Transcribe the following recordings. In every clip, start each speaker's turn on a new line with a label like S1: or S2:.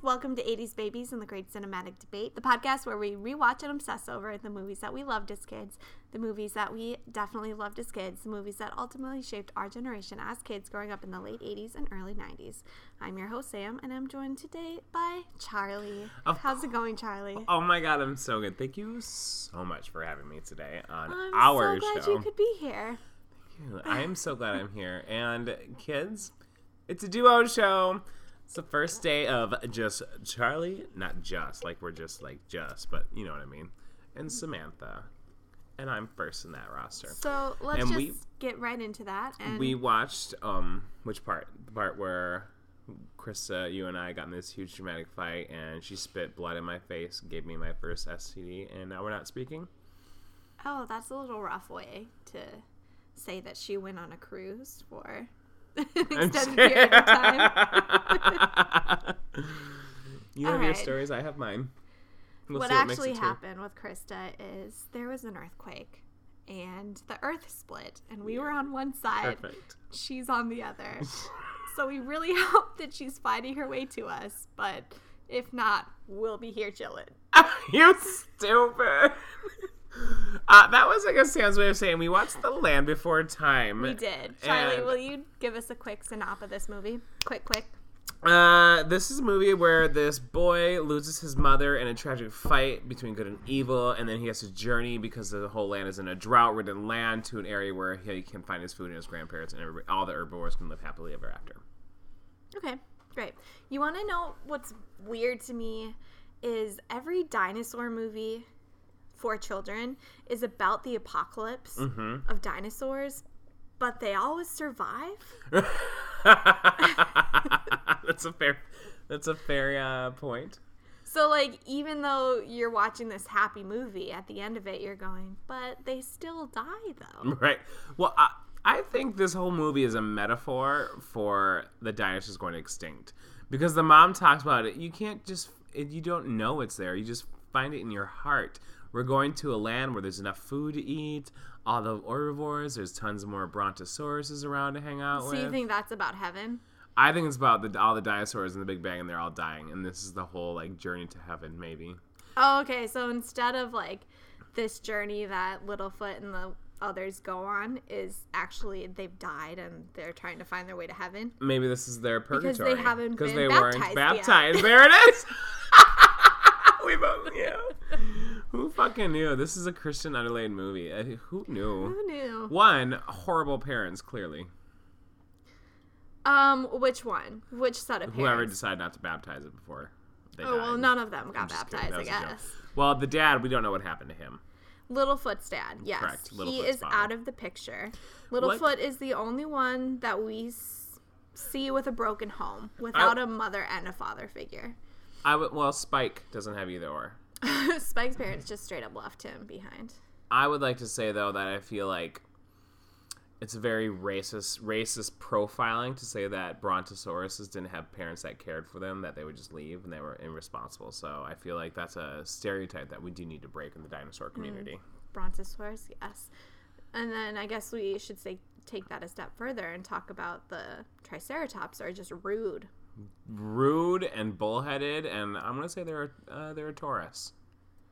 S1: Welcome to 80s Babies and the Great Cinematic Debate, the podcast where we rewatch and obsess over the movies that we loved as kids, the movies that we definitely loved as kids, the movies that ultimately shaped our generation as kids growing up in the late 80s and early 90s. I'm your host, Sam, and I'm joined today by Charlie.
S2: Of
S1: How's it going, Charlie?
S2: Oh my god, I'm so good. Thank you so much for having me today on
S1: I'm
S2: our
S1: so glad
S2: show.
S1: you could be here.
S2: I am so glad I'm here. And kids, it's a duo show. It's the first day of just Charlie, not just like we're just like just, but you know what I mean. And Samantha, and I'm first in that roster.
S1: So let's
S2: And
S1: just
S2: we-
S1: get right into that. And
S2: We watched um which part? The part where Krista, you and I got in this huge dramatic fight, and she spit blood in my face, gave me my first STD, and now we're not speaking.
S1: oh, that's a little rough way to say that she went on a cruise for an extended period of time.
S2: you have your
S1: Alright.
S2: stories. I have mine. We'll
S1: what
S2: see makes
S1: actually
S2: it to.
S1: happened with Krista is there was an earthquake and the earth split and we were on one side
S2: Perfect.
S1: she's on the other so we really hope that she's finding her way to us but if not we'll be here chilling
S2: you stupid. Uh, that was like a Sam's way of saying we watched The Land Before Time.
S1: we did charlie
S2: And-
S1: will you give us a quick synopsis of this movie quick quick
S2: Uh, this is a movie where this boy loses his mother in a tragic fight between good and evil, and then he has to journey because the whole land is in a drought-ridden land to an area where he can find his food and his grandparents, and everybody, all the herbivores can live happily ever after.
S1: Okay, great. You want to know what's weird to me is every dinosaur movie for children is about the apocalypse of dinosaurs, but they always survive.
S2: that's a fair. That's a fair uh, point.
S1: So like even though you're watching this happy movie, at the end of it you're going, but they still die though.
S2: Right. Well, I, I think this whole movie is a metaphor for the dinosaurs going extinct because the mom talks about it. You can't just, it, you don't know it's there. You just find it in your heart. We're going to a land where there's enough food to eat, all the herbivores, there's tons more brontosauruses around to hang out
S1: So
S2: with.
S1: you think that's about heaven?
S2: I think it's about the, all the dinosaurs in the Big Bang and they're all dying. And this is the whole like journey to heaven, maybe.
S1: Oh, okay. So instead of like this journey that Littlefoot and the others go on is actually they've died and they're trying to find their way to heaven.
S2: Maybe this is their
S1: they
S2: purgatory.
S1: haven't been
S2: they
S1: baptized
S2: weren't
S1: yet.
S2: baptized. There it is. we both knew. Who fucking knew? This is a Christian underlaid movie. Uh, Who knew?
S1: Who knew?
S2: One, horrible parents, clearly.
S1: Um, which one? Which set of
S2: Whoever
S1: parents?
S2: decided not to baptize it before they
S1: Oh well,
S2: died.
S1: none of them got
S2: Just kidding.
S1: baptized. I
S2: That was a joke.
S1: guess.
S2: Well, the dad, we don't know what happened to him.
S1: Littlefoot's dad. Yes,
S2: Correct,
S1: he
S2: Littlefoot's
S1: is
S2: father.
S1: out of the picture. Littlefoot
S2: What-
S1: is the only one that we s- see with a broken home, without a mother and a father figure.
S2: I would. Well, Spike doesn't have either or.
S1: Spike's parents just straight up left him behind.
S2: I would like to say though that I feel like it's very racist racist profiling to say that brontosauruses didn't have parents that cared for them that they would just leave and they were irresponsible. So I feel like that's a stereotype that we do need to break in the dinosaur community.
S1: Brontosaurus, yes. And then I guess we should say take that a step further and talk about the Triceratops are just rude.
S2: Rude and bullheaded, and I'm gonna say they're a- uh, they're a Taurus.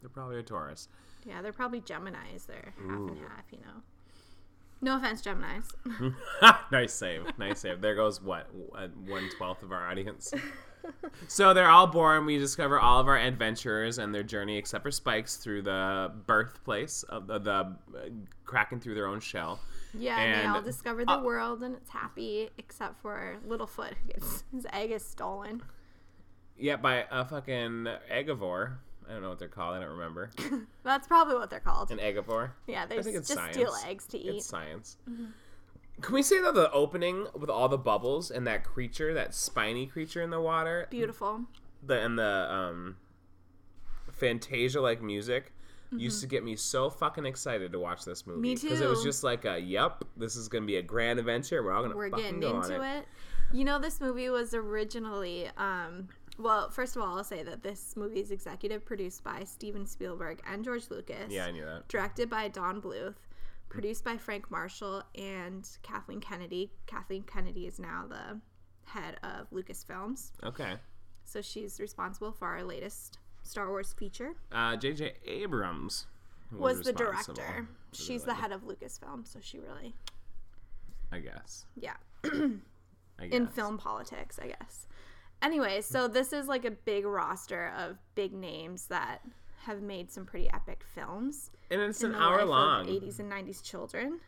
S2: They're probably a Taurus.
S1: Yeah, they're probably Geminis. They're half and half, you know. No offense, Geminis.
S2: nice save. Nice save. There goes what one twelfth of our audience. So they're all born. We discover all of our adventures and their journey, except for Spike's, through the birthplace of the, the uh, cracking through their own shell.
S1: Yeah, and, they all
S2: And- uh,
S1: discover the world and it's happy, except for Littlefoot, who gets his egg is stolen.
S2: Yet by a fucking egivore. I don't know what they're called. I don't remember.
S1: That's probably what they're called.
S2: An egivore.
S1: yeah, they
S2: I think it's
S1: just
S2: science.
S1: steal eggs to eat. Mm-hmm.
S2: It's science. Can we say that the opening with all the bubbles and that creature, that spiny creature in the water,
S1: Beautiful.
S2: the and the um Fantasia like music used to get me so fucking excited to watch this movie.
S1: Mm-hmm. Me
S2: Because it was
S1: too.
S2: just like a yep, this is gonna be a grand adventure. We're all gonna
S1: We're
S2: fucking
S1: getting
S2: go
S1: into
S2: on it.
S1: it. You know, this movie was originally. Um, well, first of all, I'll say that this movie is executive produced by Steven Spielberg and George Lucas.
S2: Yeah, I knew that.
S1: Directed by Don Bluth. Produced by Frank Marshall and Kathleen Kennedy. Kathleen Kennedy is now the head of Lucasfilms.
S2: Okay.
S1: So she's responsible for our latest Star Wars feature.
S2: Uh, J.J. Abrams
S1: Was, the
S2: responsible
S1: director.
S2: for
S1: She's the
S2: director,
S1: head of Lucasfilm, so she really,
S2: I guess.
S1: yeah,
S2: I guess.
S1: in film politics, I guess. Anyway, so this is like a big roster of big names that have made some pretty epic films.
S2: and it's
S1: in
S2: an
S1: the life
S2: hour
S1: of
S2: long.
S1: 80s and 90s children.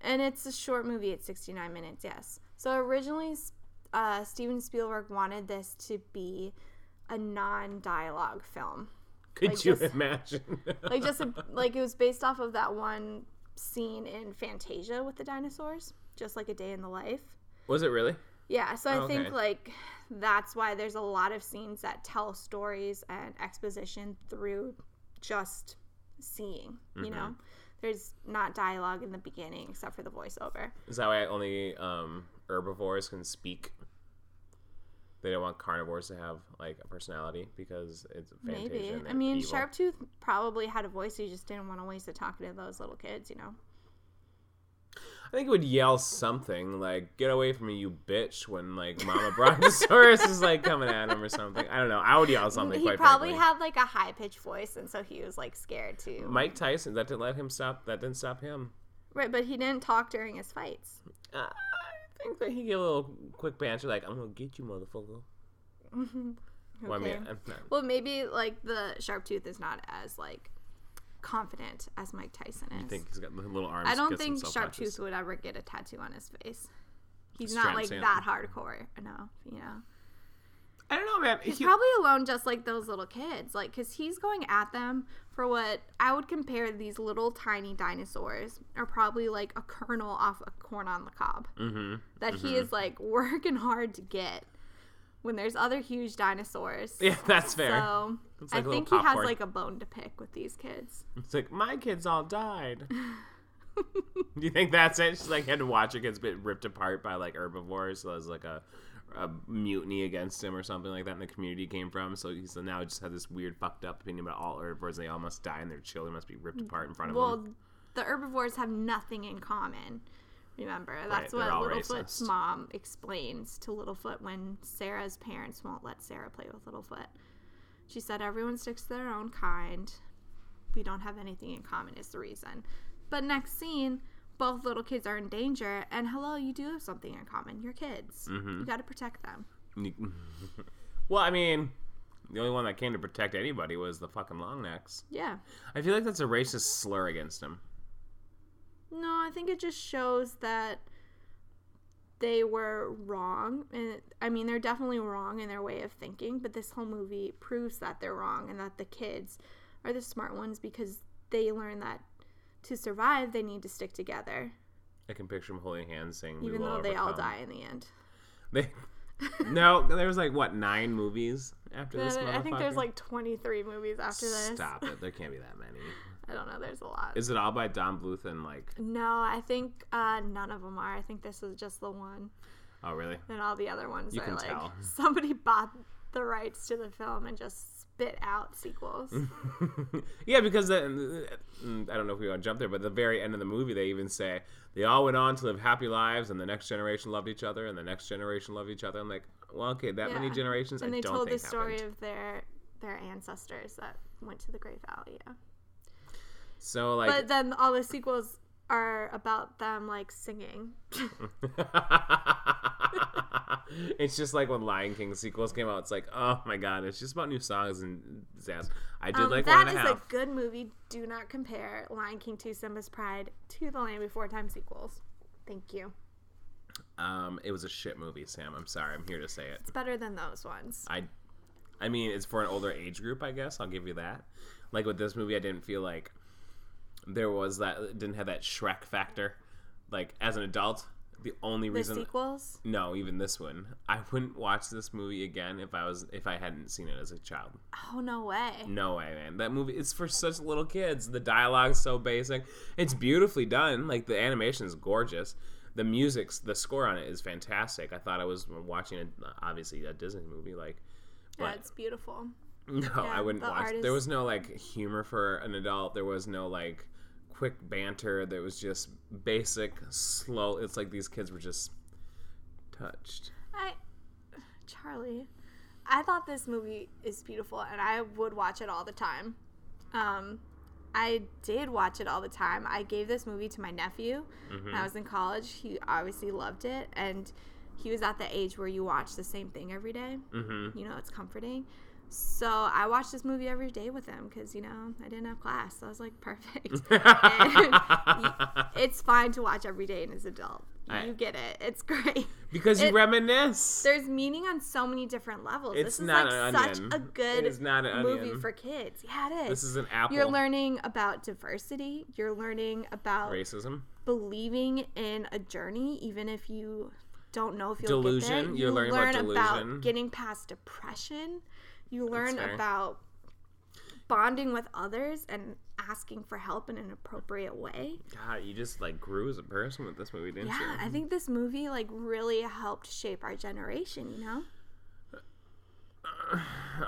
S1: And it's a short movie at 69 minutes, yes. So originally, S- uh, Steven Spielberg wanted this to be a non dialogue film.
S2: Could
S1: like
S2: you
S1: just-
S2: imagine?
S1: Like, just a, like it was based off of that one scene in Fantasia with the dinosaurs, just like a day in the life.
S2: was it really?
S1: Yeah, so I
S2: Oh,
S1: think
S2: okay.
S1: like that's why there's a lot of scenes that tell stories and exposition through just seeing, you know.
S2: Mm-hmm.
S1: There's not dialogue in the beginning except for the voiceover.
S2: Is that why only um, herbivores can speak? They don't want carnivores to have like a personality because it's Fantasia.
S1: Maybe.
S2: and
S1: I
S2: they're
S1: mean,
S2: evil.
S1: Sharptooth probably had a voice he just didn't want to waste it talking to those little kids, you know.
S2: I think it would yell something like "Get away from me, you bitch!" when like Mama Brontosaurus is like coming at him or something. I don't know. I would yell something.
S1: Mm, he
S2: quite
S1: probably
S2: frankly.
S1: had like a high pitched voice and so he was like scared too.
S2: Mike Tyson. That didn't let him stop. That didn't stop him.
S1: right, but he didn't talk during his fights.
S2: Uh, I think that he gave a little quick banter like "I'm gonna get you, motherfucker." Well, I mean,
S1: Mm-hmm. Okay.
S2: I'm not-
S1: Well, maybe like the Sharptooth is not as like confident as Mike Tyson is.
S2: I think he's got the little arms.
S1: I don't
S2: gets him
S1: think
S2: self-conscious.
S1: Sharptooth would ever get a tattoo on his face. He's
S2: Strap
S1: not like
S2: Sam.
S1: that hardcore enough, you know.
S2: I don't know, man.
S1: He's
S2: He-
S1: probably alone, just like those little kids, like because he's going at them for what I would compare these little tiny dinosaurs are probably like a kernel off a corn on the cob
S2: Mhm.
S1: that he is like working hard to get when there's other huge dinosaurs.
S2: Yeah, that's fair.
S1: So
S2: It's like a
S1: I
S2: little
S1: think he has
S2: popcorn.
S1: like a bone to pick with these kids.
S2: It's like my kids all died. Do you think that's it? She's like had to watch her kids get ripped apart by like herbivores. So there's like a, a mutiny against him or something like that, and the community he came from. So he's now just had this weird fucked up opinion about all herbivores. and They all must die, and their children must be ripped apart in front of him.
S1: Well, the herbivores have nothing in common. Remember, that's
S2: they're all
S1: what Littlefoot's
S2: racist.
S1: mom explains to Littlefoot when Sarah's parents won't let Sarah play with Littlefoot. She said, "Everyone sticks to their own kind. We don't have anything in common." Is the reason. But next scene, both little kids are in danger, and hello, you do have something in common. Your kids.
S2: Mm-hmm.
S1: You got to protect them.
S2: You- well, I mean, the only one that came to protect anybody was the fucking longnecks.
S1: Yeah.
S2: I feel like that's a racist slur against him.
S1: No, I think it just shows that they were wrong. And I mean, they're definitely wrong in their way of thinking, but this whole movie proves that they're wrong and that the kids are the smart ones because they learn that to survive, they need to stick together,
S2: I can picture him holding hands, saying, we
S1: even
S2: will
S1: though they all
S2: overcome."
S1: die in the end.
S2: They, no, there was like what nine movies after this.
S1: I think
S2: motherfucker?
S1: there's like 23 movies after this.
S2: Stop it! There can't be that many.
S1: I don't know, there's a lot.
S2: Is it all by Don Bluth and like?
S1: no, I think uh, none of them are. I think this is just the one.
S2: Oh really?
S1: and all the other ones
S2: You
S1: are
S2: can
S1: like
S2: tell.
S1: somebody bought the rights to the film and just spit out sequels.
S2: yeah, because the, mm, I don't know if we want to jump there, but at the very end of the movie, they even say they all went on to live happy lives, and the next generation loved each other, and the next generation loved each other. I'm like, well, okay, that many
S1: Yeah.
S2: generations.
S1: and
S2: I
S1: they
S2: don't
S1: told the
S2: think
S1: story
S2: happened.
S1: of their their ancestors that went to the Great Valley. Yeah.
S2: So like,
S1: But then all the sequels are about them like singing.
S2: it's just like when Lion King sequels came out. It's like, oh my god, it's just about new songs and jazz. I did
S1: Um,
S2: like
S1: that
S2: one
S1: is
S2: and a half.
S1: a good movie. Do not compare Lion King 2 Simba's Pride to The Land Before Time sequels. Thank you.
S2: Um, it was a shit movie, Sam. I'm sorry. I'm here to say it.
S1: It's better than those ones.
S2: I, I mean, it's for an older age group, I guess. I'll give you that. Like with this movie, I didn't feel like there was that it didn't have that Shrek factor. Like as an adult, the only
S1: The
S2: reason
S1: sequels?
S2: no, even this one, I wouldn't watch this movie again if I was if I hadn't seen it as a child.
S1: Oh no way.
S2: No way, man. That movie it's for such little kids. The dialogue's so basic. It's beautifully done. Like the animation is gorgeous. The music's the score on it is fantastic. I thought I was watching a, obviously a Disney movie. Like,
S1: Yeah,
S2: but
S1: it's beautiful.
S2: no, I wouldn't
S1: the
S2: watch.
S1: art
S2: There
S1: is-
S2: was no like humor for an adult. There was no like quick banter. There was just basic, slow. It's like these kids were just touched.
S1: I, Charlie, I thought this movie is beautiful and I would watch it all the time. Um, I did watch it all the time. I gave this movie to my nephew when I was in college. He obviously loved it and he was at the age where you watch the same thing every day.
S2: Mm-hmm.
S1: You know, it's comforting. So I watched this movie every day with him because, you know, I didn't have class. So I was like, perfect. it's fine to watch every day as an adult.
S2: I-
S1: You get it. It's great.
S2: because you
S1: it-
S2: reminisce.
S1: There's meaning on so many different levels.
S2: It's
S1: this is
S2: not
S1: like
S2: an
S1: such
S2: onion.
S1: a good
S2: It is not an
S1: movie
S2: onion.
S1: for kids. Yeah, it
S2: This
S1: is.
S2: is an apple.
S1: You're learning about diversity. You're learning about
S2: racism,
S1: believing in a journey, even if you don't know if you'll get there.
S2: Delusion. You're
S1: you
S2: learning
S1: learn
S2: about
S1: about,
S2: delusion.
S1: getting past depression. You learn
S2: fair.
S1: about bonding with others and asking for help in an appropriate way.
S2: God, you just like grew as a person with this movie, didn't
S1: Yeah,
S2: you?
S1: I think this movie like really helped shape our generation. You know,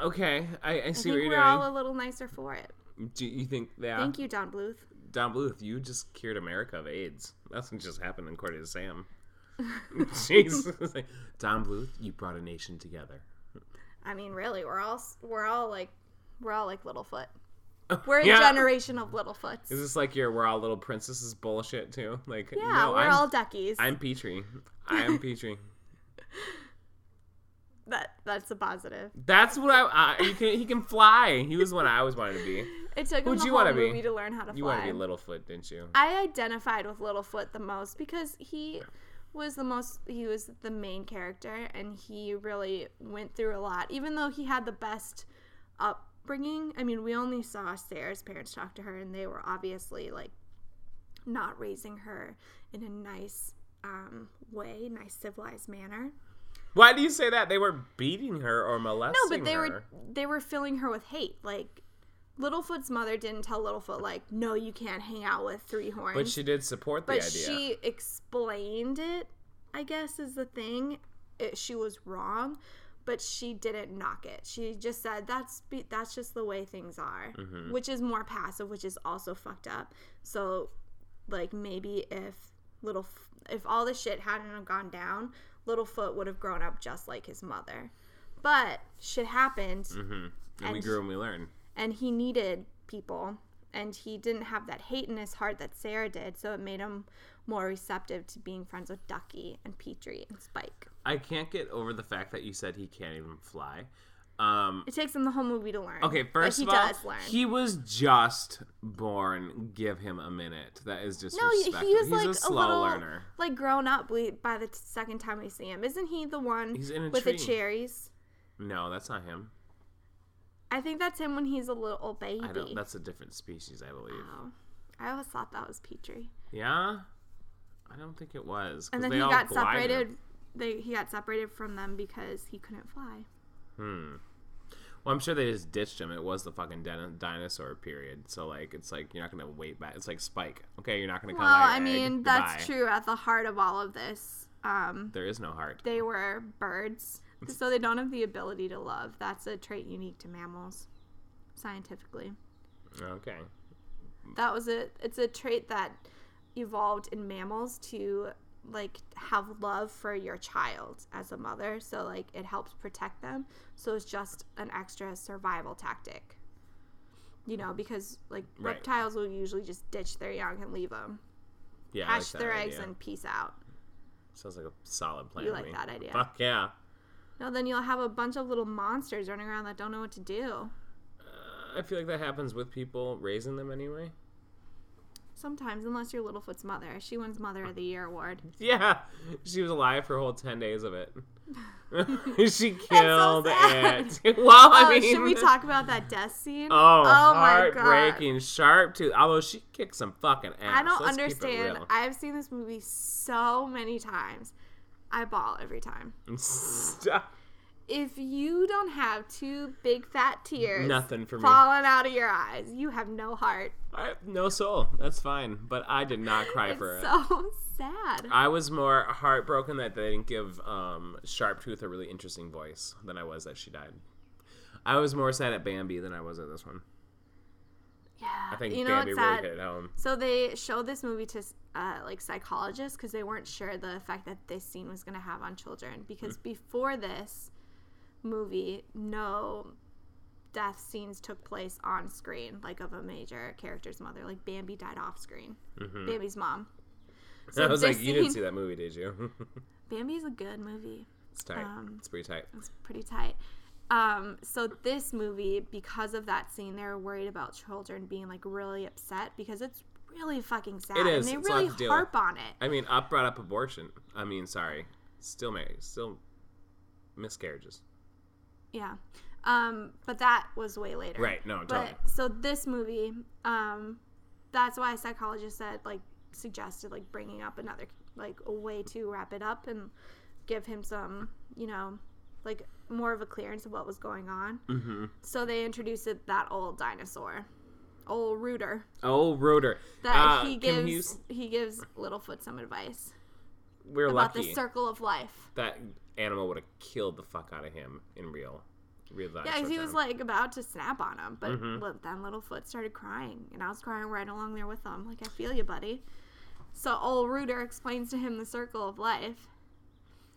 S2: Okay, I, I
S1: I
S2: see
S1: think
S2: what you're
S1: we're
S2: doing.
S1: all a little nicer for it.
S2: Do you think that
S1: Thank you, Don Bluth.
S2: Don Bluth, you just cured America of AIDS? That's what just happened according to Sam. Jesus, Don Bluth, you brought a nation together.
S1: I mean, really, we're all we're all like we're all like Littlefoot. We're a
S2: Yeah.
S1: generation of Littlefoots.
S2: Is this like your "we're all little princesses" bullshit too? Like,
S1: Yeah,
S2: no,
S1: we're
S2: I'm,
S1: all duckies.
S2: I'm Petrie. I am Petrie.
S1: that that's a positive.
S2: That's what I. I he, can, he can fly. He was what I always wanted to be.
S1: It took him
S2: Who'd
S1: the
S2: you
S1: whole
S2: wanna be?
S1: movie to learn how to
S2: You
S1: fly.
S2: wanted to be Littlefoot, didn't you?
S1: I identified with Littlefoot the most because he was the most he was the main character and he really went through a lot even though he had the best upbringing i mean we only saw sarah's parents talk to her and they were obviously like not raising her in a nice um, way nice civilized manner
S2: Why do you say that? They were beating her or molesting
S1: no but they
S2: her.
S1: were they were filling her with hate like littlefoot's mother didn't tell littlefoot like no you can't hang out with three horns
S2: But she did support the
S1: but
S2: idea.
S1: she explained it i guess is the thing it, she was wrong but she didn't knock it she just said that's be- that's just the way things are
S2: Mm-hmm.
S1: which is more passive which is also fucked up so like maybe if little if all this shit hadn't have gone down littlefoot would have grown up just like his mother but shit happened
S2: Mm-hmm. and, we
S1: and-
S2: grew and we learned.
S1: and he needed people and he didn't have that hate in his heart that Sarah did, so it made him more receptive to being friends with Ducky and Petrie and Spike.
S2: I can't get over the fact that you said he can't even fly. Um,
S1: It takes him the whole movie to learn.
S2: okay, first
S1: but
S2: of
S1: he
S2: all,
S1: does learn.
S2: he was just born. Give him a minute. That is just
S1: no, he-
S2: respectful.
S1: he was
S2: He's
S1: like
S2: a
S1: a,
S2: slow
S1: little
S2: learner.
S1: like grown up we, by the t- second time we see him. Isn't he the one
S2: He's in a
S1: with
S2: tree.
S1: the cherries?
S2: No, that's not him.
S1: I think that's him when he's a little baby.
S2: I don't. That's a different species, I believe.
S1: Oh. I always thought that was Petrie.
S2: Yeah, I don't think it was. 'cause
S1: And then
S2: they
S1: he
S2: all
S1: got
S2: glided.
S1: separated. They, he got separated from them because he couldn't fly.
S2: Well, I'm sure they just ditched him. It was the fucking din- dinosaur period. So like, it's like you're not gonna wait back. It's like Spike. Okay, you're not gonna come.
S1: Well,
S2: out
S1: I
S2: of your egg.
S1: mean, that's
S2: Goodbye.
S1: true. At the heart of all of this, um,
S2: There is no heart.
S1: they were birds, so they don't have the ability to love. That's a trait unique to mammals, scientifically.
S2: Okay.
S1: That was a. It's a trait that evolved in mammals to like have love for your child as a mother. So like it helps protect them. So it's just an extra survival tactic. You know, because like
S2: Right.
S1: reptiles will usually just ditch their young and leave them,
S2: Yeah. I
S1: hatch
S2: like that
S1: their
S2: idea.
S1: eggs, and peace out.
S2: Sounds like a solid plan.
S1: You
S2: to
S1: like
S2: me.
S1: that idea.
S2: Fuck yeah.
S1: No, then you'll have a bunch of little monsters running around that don't know what to do.
S2: Uh, I feel like that happens with people raising them anyway.
S1: Sometimes, unless you're Littlefoot's mother, she wins Mother of the Year award.
S2: Yeah, she was alive for a whole ten days of it. she
S1: so
S2: killed
S1: sad.
S2: it. well,
S1: Oh,
S2: I mean,
S1: should we talk about that death scene?
S2: Oh,
S1: my God.
S2: heartbreaking, sharp tooth. Although she kicked some fucking ass.
S1: I don't
S2: Let's keep it
S1: understand.
S2: real.
S1: I've seen this movie so many times. I ball every time.
S2: Stop.
S1: If you don't have two big fat tears
S2: Nothing for me.
S1: falling out of your eyes, you have no heart.
S2: I have no soul. That's fine. But I did not cry
S1: It's
S2: for it.
S1: so sad.
S2: I was more heartbroken that they didn't give um, Sharptooth a really interesting voice than I was that she died. I was more sad at Bambi than I was at this one.
S1: yeah.
S2: I think
S1: you know
S2: Bambi
S1: what's
S2: really
S1: sad?
S2: hit it home.
S1: So they showed this movie to uh, like psychologists
S2: Hmm.
S1: because they weren't sure the effect that this scene was going to have on children. Because before this, movie, no death scenes took place on screen, like of a major character's mother. Like Bambi died off screen. Bambi's mom. So
S2: Mm-hmm. I was
S1: this
S2: like, you didn't
S1: scene-
S2: see that movie, did you?
S1: Bambi's a good movie.
S2: it's tight.
S1: Um,
S2: it's pretty tight.
S1: It's pretty tight. Um, so this movie, because of that scene, they were worried about children being like really upset because it's really fucking sad,
S2: It
S1: and
S2: is.
S1: they
S2: It's a lot
S1: really
S2: to deal with.
S1: harp on it.
S2: I mean, up brought up abortion. I mean, sorry, still married, still miscarriages.
S1: Yeah. Um, but that was way later.
S2: Right? No,
S1: But
S2: totally.
S1: so this movie, um, that's why psychologists said like suggested like bringing up another like a way to wrap it up and give him some you know like more of a clearance of what was going on.
S2: Mm-hmm.
S1: So they introduced it, that old dinosaur, old Rooter,
S2: Oh, Roder.
S1: that
S2: Uh,
S1: he
S2: can you
S1: gives
S2: s-
S1: he gives Littlefoot some advice
S2: We're
S1: about
S2: lucky
S1: the circle of life.
S2: that animal would have killed the fuck out of him in real, real life.
S1: Yeah, 'cause he was
S2: sometime.
S1: like about to snap on him, but
S2: Mhm.
S1: li- then Littlefoot started crying, and I was crying right along there with him. Like, I feel you, buddy. So old Rooter explains to him the circle of life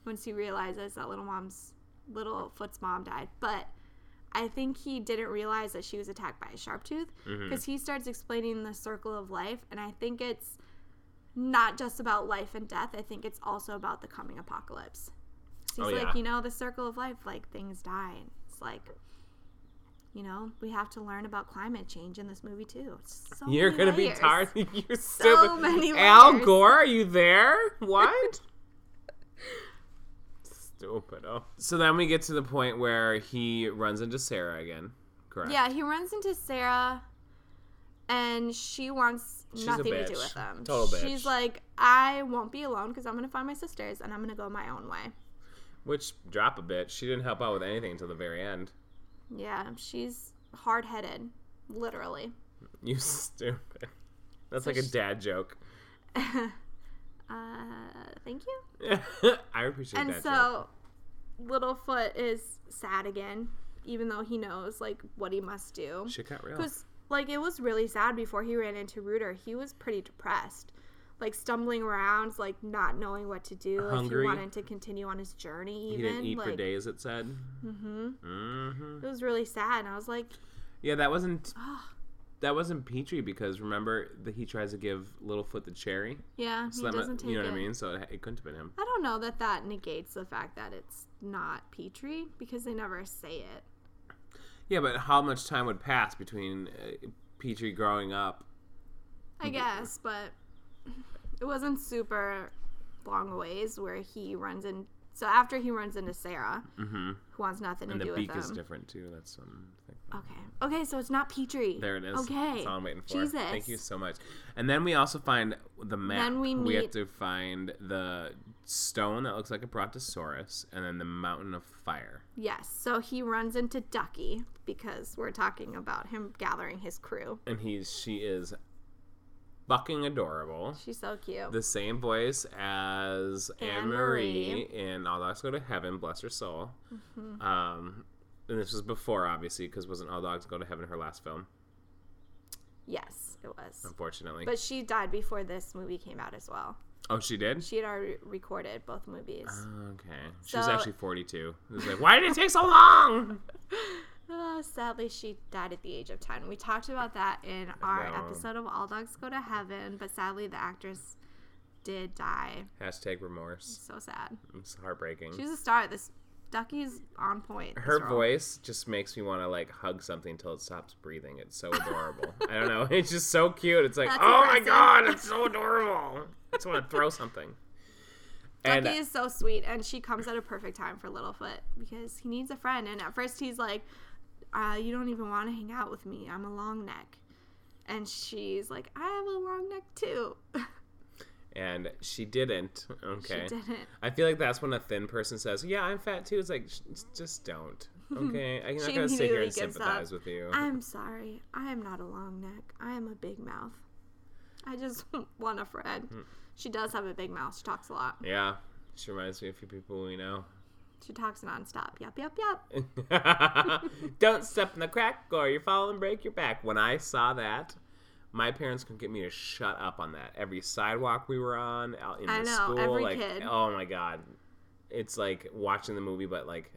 S1: once he realizes that little mom's Littlefoot's mom died. But I think he didn't realize that she was attacked by a sharp tooth
S2: Mm-hmm.
S1: because he starts explaining the circle of life, and I think it's not just about life and death. I think it's also about the coming apocalypse. So he's
S2: Oh,
S1: like,
S2: yeah.
S1: you know, the circle of life, like things die. And it's like, you know, we have to learn about climate change in this movie too. It's so
S2: You're
S1: many
S2: gonna
S1: layers.
S2: be tired. You're
S1: So
S2: stupid.
S1: many
S2: Al
S1: layers.
S2: Gore, are you there? What? stupid. Oh. So then we get to the point where he runs into Sarah again. Correct.
S1: Yeah, he runs into Sarah, and she wants
S2: She's a
S1: nothing to do
S2: bitch.
S1: with him.
S2: Total bitch.
S1: She's like, I won't be alone because I'm gonna find my sisters and I'm gonna go my own way.
S2: Which drop a bit. She didn't help out with anything until the very end.
S1: Yeah, she's hard headed, literally.
S2: You stupid. That's like a
S1: she-
S2: dad joke.
S1: Uh, thank you.
S2: I appreciate
S1: and
S2: that joke.
S1: so Littlefoot is sad again, even though he knows like what he must do.
S2: Shit got real.
S1: Because like it was really sad before he ran into Rooter. He was pretty depressed, like stumbling around, like not knowing what to do.
S2: Hungry.
S1: If he wanted to continue on his journey,
S2: He
S1: even
S2: didn't eat
S1: like
S2: for days. It said.
S1: hmm
S2: hmm
S1: it was really sad. And I was like,
S2: Yeah, that wasn't
S1: oh,
S2: that wasn't Petrie because remember that he tries to give Littlefoot the cherry.
S1: yeah,
S2: So
S1: he
S2: that mu-
S1: doesn't take
S2: you know
S1: it.
S2: what I mean? So it, it couldn't have been him.
S1: I don't know that that negates the fact that it's not Petrie because they never say it.
S2: Yeah, but how much time would pass between uh, Petrie growing up?
S1: I
S2: Mm-hmm.
S1: guess, but it wasn't super long a ways where he runs in. So after he runs into Sarah,
S2: Mm-hmm.
S1: who wants nothing
S2: And
S1: to
S2: the
S1: do
S2: beak
S1: with
S2: is
S1: him.
S2: different too. That's something. to think about.
S1: Okay. Okay, so it's not Petrie.
S2: There it is.
S1: Okay.
S2: That's all I'm waiting for.
S1: Jesus.
S2: Thank you so much. And then we also find the map.
S1: Then we
S2: have
S1: meet-
S2: to find the stone that looks like a brontosaurus, and then the mountain of fire.
S1: Yes. So he runs into Ducky because we're talking about him gathering his crew.
S2: And he's she is fucking adorable.
S1: She's so cute.
S2: The same voice as Anne
S1: Anne
S2: Marie in All Dogs Go to Heaven, bless her soul.
S1: Mm-hmm.
S2: Um, and this was before, obviously, because wasn't All Dogs Go to Heaven her last film,
S1: yes, it was.
S2: unfortunately.
S1: But she died before this movie came out as well.
S2: oh, she did?
S1: She had already recorded both movies.
S2: Uh-huh. Okay. She was
S1: So-
S2: actually 42. It was like, why did it take so long?
S1: Uh, sadly, she died at the age of 10. We talked about that in our
S2: know.
S1: episode of All Dogs Go to Heaven, but sadly, the actress did die.
S2: Hashtag remorse.
S1: So sad.
S2: It's heartbreaking.
S1: She's a star. This Ducky's on point. this
S2: her
S1: role.
S2: voice just makes me want to like hug something until it stops breathing. It's so adorable. I don't know. It's just so cute. It's like,
S1: That's
S2: oh
S1: impressive.
S2: my god, it's so adorable. I just want to throw something. And
S1: Ducky is so sweet, and she comes at a perfect time for Littlefoot because he needs a friend. And at first, he's like, uh, You don't even want to hang out with me. I'm a long neck. And she's like, I have a long neck too.
S2: and she didn't. Okay.
S1: she didn't.
S2: I feel like that's when a thin person says, "Yeah, I'm fat too." It's like, sh- just don't. Okay, I'm not
S1: She
S2: gonna sit here
S1: immediately
S2: and
S1: gives up.
S2: sympathize with you.
S1: I'm sorry. I am not a long neck. I am a big mouth. I just want a friend. She does have a big mouth. She talks a lot.
S2: Hmm. Yeah, she reminds me of a few people we know.
S1: She talks nonstop. Yep, yep, yep.
S2: Don't step in the crack or you fall and break your back. When I saw that, my parents couldn't get me to shut up on that. Every sidewalk we were on, out in
S1: I
S2: the
S1: know,
S2: school,
S1: every
S2: like
S1: kid.
S2: oh my god, it's like watching the movie, but like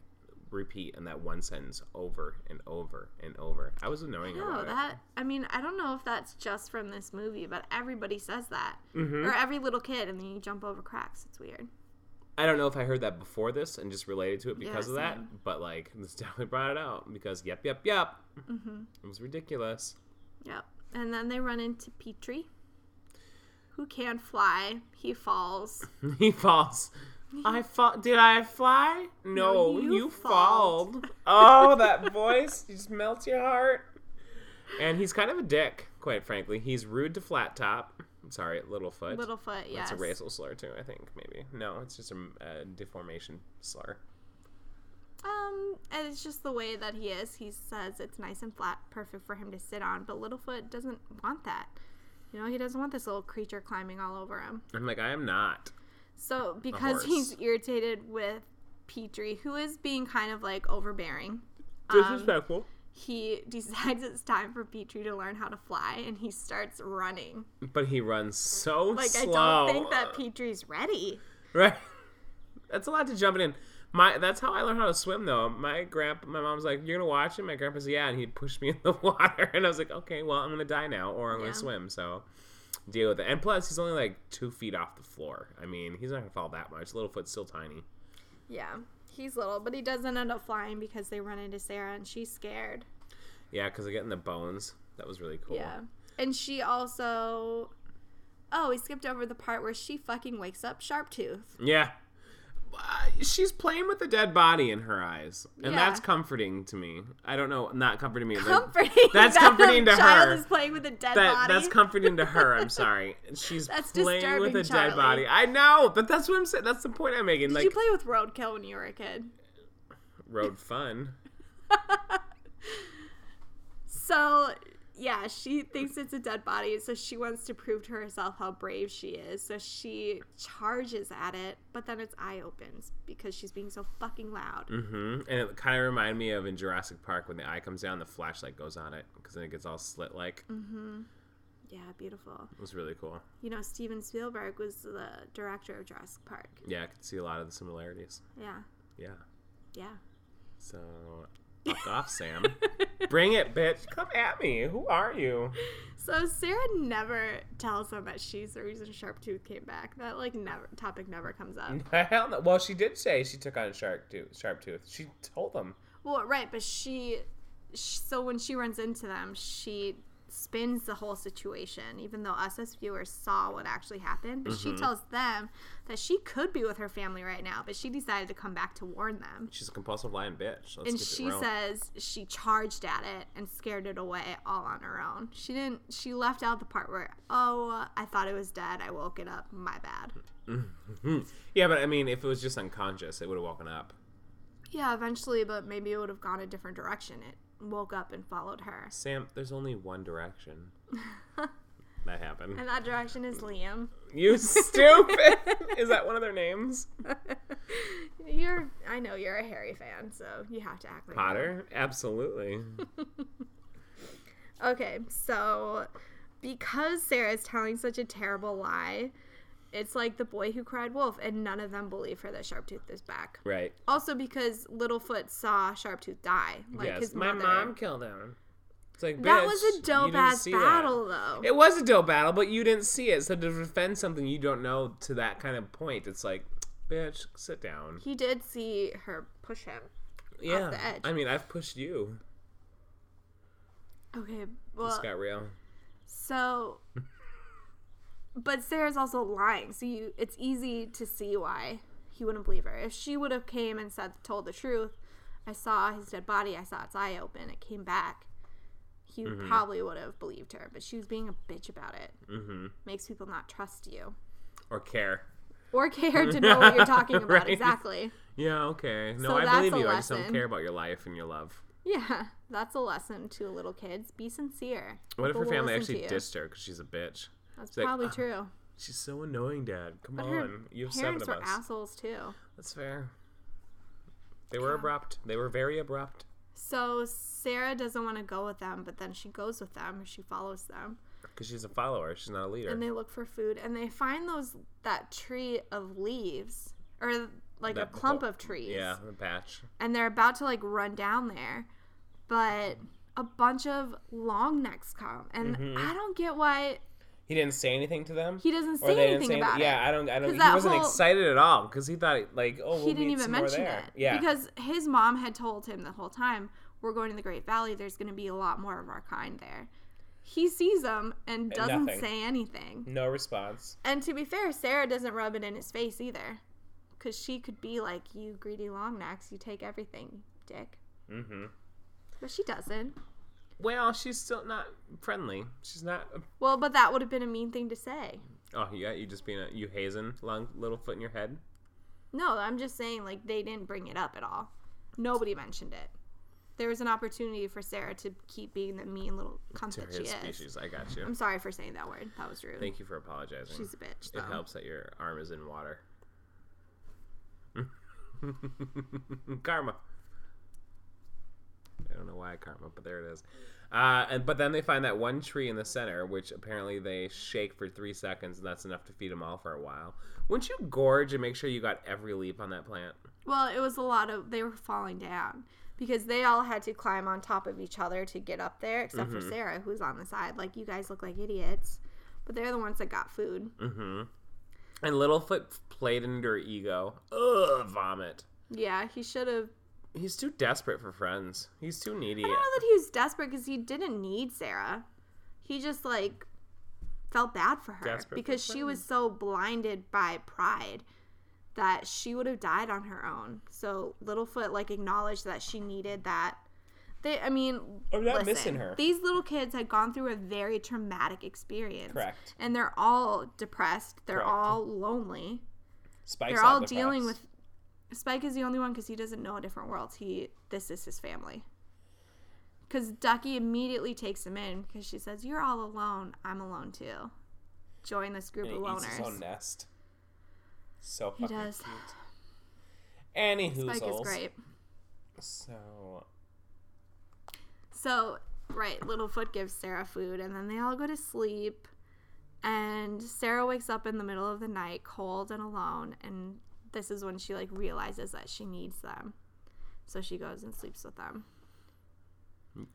S2: repeat in that one sentence over and over and over. I was annoying
S1: No,
S2: about
S1: that I mean, I don't know if that's just from this movie, but everybody says that,
S2: Mm-hmm.
S1: or every little kid, and then you jump over cracks. It's weird.
S2: it. I don't know if I heard that before this and just related to it
S1: Yeah,
S2: because of that, but like this definitely brought it out because yep, yep, yep.
S1: Mm-hmm.
S2: It was ridiculous.
S1: Yep. And then they run into Petrie, who can fly. He falls.
S2: he falls. I fall. Did I fly? No,
S1: No, you
S2: you,
S1: falled.
S2: falled. Oh, that voice it just melts your heart. And he's kind of a dick, quite frankly. He's rude to Flat Top. Sorry, Littlefoot.
S1: Littlefoot, yes.
S2: That's a racial slur too, I think. Maybe no, it's just a, a deformation slur.
S1: Um, and it's just the way that he is. He says it's nice and flat, perfect for him to sit on, but Littlefoot doesn't want that. You know, he doesn't want this little creature climbing all over him.
S2: I'm like, I am not.
S1: So because
S2: horse.
S1: he's irritated with Petrie, who is being kind of like overbearing, Um,
S2: Disrespectful.
S1: he decides it's time for Petrie to learn how to fly, and he starts running.
S2: but he runs so
S1: Like
S2: slow.
S1: I don't think that Petrie's ready.
S2: Right. That's a lot to jump in. My that's how I learned how to swim though. My grandpa my mom's like, You're gonna watch it? My grandpa's like, Yeah, and he pushed me in the water and I was like, Okay, well I'm gonna die now or I'm
S1: Yeah.
S2: gonna swim, so deal with it. And plus he's only like two feet off the floor. I mean, he's not gonna fall that much. Littlefoot's still tiny.
S1: Yeah, he's little, but he doesn't end up flying because they run into Sarah, and she's scared.
S2: Yeah, because I get in the bones. That was really cool.
S1: Yeah. And she also. Oh, we skipped over the part where she fucking wakes up Sharptooth.
S2: Yeah. Uh, She's playing with a dead body in her eyes, and
S1: Yeah.
S2: that's comforting to me. I don't know, not comforting me. but-
S1: Comforting.
S2: That's
S1: that
S2: comforting
S1: the
S2: to
S1: child
S2: her.
S1: is playing with a dead
S2: that
S1: body.
S2: that's comforting to her. I'm sorry. She's
S1: That's
S2: playing with
S1: disturbing,
S2: a
S1: Charlie.
S2: dead body. I know, but that's what I'm saying. That's the point I'm making.
S1: Did
S2: like
S1: you play with roadkill when you were a kid?
S2: road fun.
S1: So, yeah, she thinks it's a dead body, so she wants to prove to herself how brave she is. So she charges at it, but then its eye opens because she's being so fucking loud.
S2: hmm And it kind of reminded me of in Jurassic Park when the eye comes down, the flashlight goes on it because then it gets all slit like.
S1: Mm. Yeah, beautiful.
S2: It was really cool.
S1: You know, Steven Spielberg was the director of Jurassic Park.
S2: Yeah, I could see a lot of the similarities.
S1: Yeah,
S2: Yeah.
S1: yeah.
S2: So fuck off, Sam. Bring it, bitch. Come at me. Who are you?
S1: So Sarah never tells him that she's the reason Sharptooth came back. That like never topic never comes up.
S2: Hell no. Well, she did say she took on Shark Tooth. Sharp Tooth. She told them.
S1: Well, right, but she, sh so when she runs into them, she spins the whole situation. Even though us as viewers saw what actually happened, but she tells them that she could be with her family right now, but she decided to come back to warn them.
S2: She's a compulsive lying bitch. Let's
S1: and
S2: get it
S1: she
S2: real.
S1: says she charged at it and scared it away all on her own. She didn't. She left out the part where, oh, I thought it was dead. I woke it up. My bad. Hmm.
S2: Yeah, but I mean, if it was just unconscious, it would have woken up.
S1: Yeah, eventually, but maybe it would have gone a different direction. It woke up and followed her.
S2: Sam, there's only one direction. that happened.
S1: And that direction is Liam.
S2: You stupid! Is that one of their names?
S1: You're, I know you're a Harry fan, so you have to act like
S2: Potter? Absolutely.
S1: One. Okay, so because Sarah's telling such a terrible lie, it's like the boy who cried wolf, and none of them believe her that Sharptooth is back.
S2: Right.
S1: Also, because Littlefoot saw Sharptooth die, like
S2: yes.
S1: his
S2: My
S1: mother.
S2: mom killed him. It's like,
S1: that
S2: bitch,
S1: was
S2: you
S1: a
S2: didn't
S1: dope ass
S2: see that.
S1: battle, though.
S2: It was a dope battle, but you didn't see it. So to defend something you don't know to that kind of point, it's like, bitch, sit down.
S1: he did see her push him.
S2: Yeah.
S1: the edge.
S2: I mean, I've pushed you.
S1: Okay, well,
S2: This got real.
S1: So, but Sarah's also lying, so you it's easy to see why he wouldn't believe her. If she would have came and said told the truth, I saw his dead body, I saw its eye open, it came back. He
S2: Mm-hmm.
S1: probably would have believed her, but she was being a bitch about it. Mm-hmm. Makes people not trust you
S2: Or care.
S1: or care to know what you're talking about
S2: Right.
S1: exactly.
S2: Yeah, okay. No,
S1: So
S2: I
S1: that's
S2: believe
S1: a
S2: you. I just don't
S1: lesson.
S2: care about your life and your love.
S1: Yeah, that's a lesson to little kids. Be sincere.
S2: What if
S1: People
S2: her
S1: will
S2: family
S1: listen to
S2: actually
S1: you.
S2: dissed her because she's a bitch?
S1: That's
S2: like,
S1: probably
S2: "Ugh,
S1: true.
S2: She's so annoying, Dad. Come
S1: But her
S2: on. You have seven
S1: parents
S2: of
S1: were
S2: us.
S1: assholes too.
S2: That's fair. They were abrupt. They were very abrupt.
S1: So Sarah doesn't want to go with them, but then she goes with them. She follows them,
S2: Because she's a follower. She's not a leader.
S1: and they look for food, and they find those that tree of leaves, or like
S2: That
S1: a clump
S2: whole-
S1: of trees.
S2: Yeah, the patch.
S1: And they're about to like run down there, but a bunch of long necks come, and
S2: Mm-hmm.
S1: I don't get why
S2: He didn't say anything to them.
S1: he doesn't
S2: Or
S1: say
S2: they didn't
S1: anything
S2: say
S1: about
S2: anything-
S1: it.
S2: Yeah, I don't. I don't.
S1: 'Cause
S2: He
S1: that
S2: wasn't
S1: whole-
S2: excited at all because he thought like, oh, we'll
S1: he didn't
S2: meet
S1: even
S2: some more
S1: mention
S2: there.
S1: it
S2: Yeah,
S1: because his mom had told him the whole time we're going to the great valley there's going to be a lot more of our kind there he sees them and doesn't
S2: nothing.
S1: say anything
S2: no response.
S1: and to be fair sarah doesn't rub it in his face either because she could be like you greedy long necks you take everything dick
S2: Mm-hmm.
S1: but she doesn't
S2: Well, she's still not friendly. She's not.
S1: well but that would have been a mean thing to say
S2: Oh, yeah, you just being a you hazing long little foot in your head.
S1: no i'm just saying like they didn't bring it up at all nobody mentioned it there was an opportunity for sarah to keep being the mean little cunt that she
S2: Various
S1: is
S2: species. I got you.
S1: I'm sorry for saying that word. That was rude.
S2: Thank you for apologizing.
S1: She's a bitch. Though.
S2: it helps that your arm is in water. karma. I don't know why karma, but there it is. Uh, and but then they find that one tree in the center, which apparently they shake for three seconds, and that's enough to feed them all for a while. Wouldn't you gorge and make sure you got every leaf on that plant?
S1: Well, it was a lot of they were falling down because they all had to climb on top of each other to get up there, except
S2: Mm-hmm.
S1: for Sarah, who's on the side. Like you guys look like idiots, but they're the ones that got food.
S2: Mm-hmm. And Littlefoot played into her ego. Ugh, vomit.
S1: Yeah, he should have.
S2: He's too desperate for friends. He's too needy.
S1: I don't know that he was desperate because he didn't need Sarah. He just like felt bad for her
S2: Desperate for
S1: because she was so blinded by pride that she would have died on her own. So Littlefoot like acknowledged that she needed that. They, I mean,
S2: I'm not
S1: listen,
S2: missing her.
S1: These little kids had gone through a very traumatic experience,
S2: Correct.
S1: And they're all depressed. They're
S2: Correct.
S1: all lonely.
S2: Spike's
S1: they're
S2: out
S1: all
S2: the
S1: dealing
S2: house.
S1: with. Spike is the only one because he doesn't know a different world. He this is his family. Because Ducky immediately takes him in because she says, "You're all alone. I'm alone too. Join this group
S2: And he
S1: of
S2: eats his own
S1: loners."
S2: nest. So
S1: He
S2: fucking
S1: does.
S2: cute. Any
S1: Spike is
S2: hoozles.
S1: great.
S2: So
S1: So, right, Littlefoot gives Sarah food, and then they all go to sleep. And Sarah wakes up in the middle of the night, cold and alone, and this is when she like realizes that she needs them. So she goes and sleeps with them.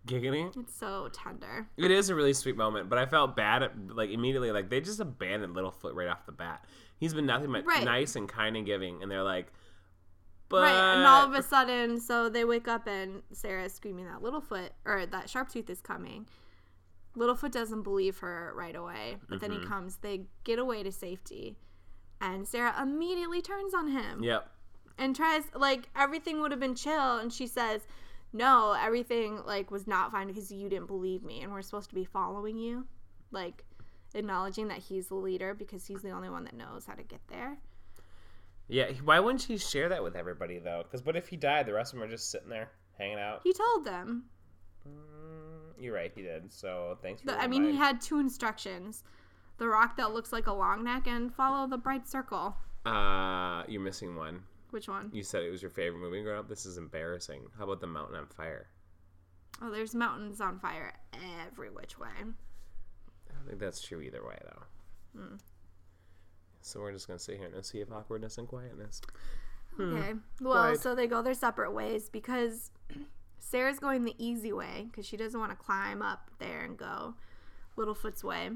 S2: giggity.
S1: It's so tender.
S2: It is a really sweet moment, but I felt bad at, like immediately like they just abandoned Littlefoot right off the bat. He's been nothing but
S1: Right.
S2: nice and kind and giving, and they're like, but
S1: Right, and all of a sudden, so they wake up and Sarah's screaming that Littlefoot or that Sharptooth is coming. Littlefoot doesn't believe her right away, but then he comes. They get away to safety, and Sarah immediately turns on him
S2: yep.
S1: and tries like everything would have been chill, and she says, "No, everything like was not fine because you didn't believe me, and we're supposed to be following you." Like acknowledging that he's the leader because he's the only one that knows how to get there.
S2: Yeah, he- why wouldn't she share that with everybody though? Because what if he died? The rest of them are just sitting there hanging out.
S1: He told them
S2: Mm, You're right, he did. So thanks for.
S1: The, I mean, he
S2: reminding-
S1: had two instructions: the rock that looks like a long neck and follow the bright circle.
S2: Uh, you're missing one.
S1: Which one?
S2: You said it was your favorite movie growing up. This is embarrassing. How about The Mountain on Fire?
S1: Oh, there's mountains on fire every which way.
S2: I don't think that's true either way, though.
S1: Hmm.
S2: So we're just gonna sit here in a sea of awkwardness and quietness.
S1: Okay. Well,
S2: Right.
S1: so they go their separate ways because Sarah's going the easy way because she doesn't want to climb up there and go Littlefoot's way,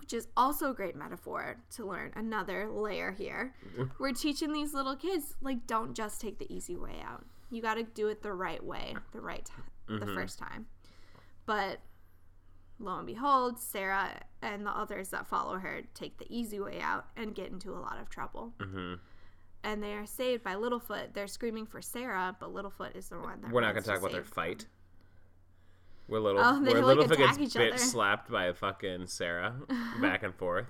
S1: which is also a great metaphor to learn another layer here. We're teaching these little kids like don't just take the easy way out. You got to do it the right way, the right time,
S2: Mm-hmm.
S1: the first time. But lo and behold, Sarah and the others that follow her take the easy way out and get into a lot of trouble
S2: hmm
S1: and they are saved by Littlefoot. They're screaming for Sarah, but Littlefoot is the one that
S2: We're not
S1: runs
S2: gonna talk about their
S1: save
S2: fight. We're little.
S1: Oh, they,
S2: we're
S1: like,
S2: little if it
S1: attack
S2: gets
S1: each
S2: bitch
S1: other.
S2: slapped by fucking Sarah back and forth.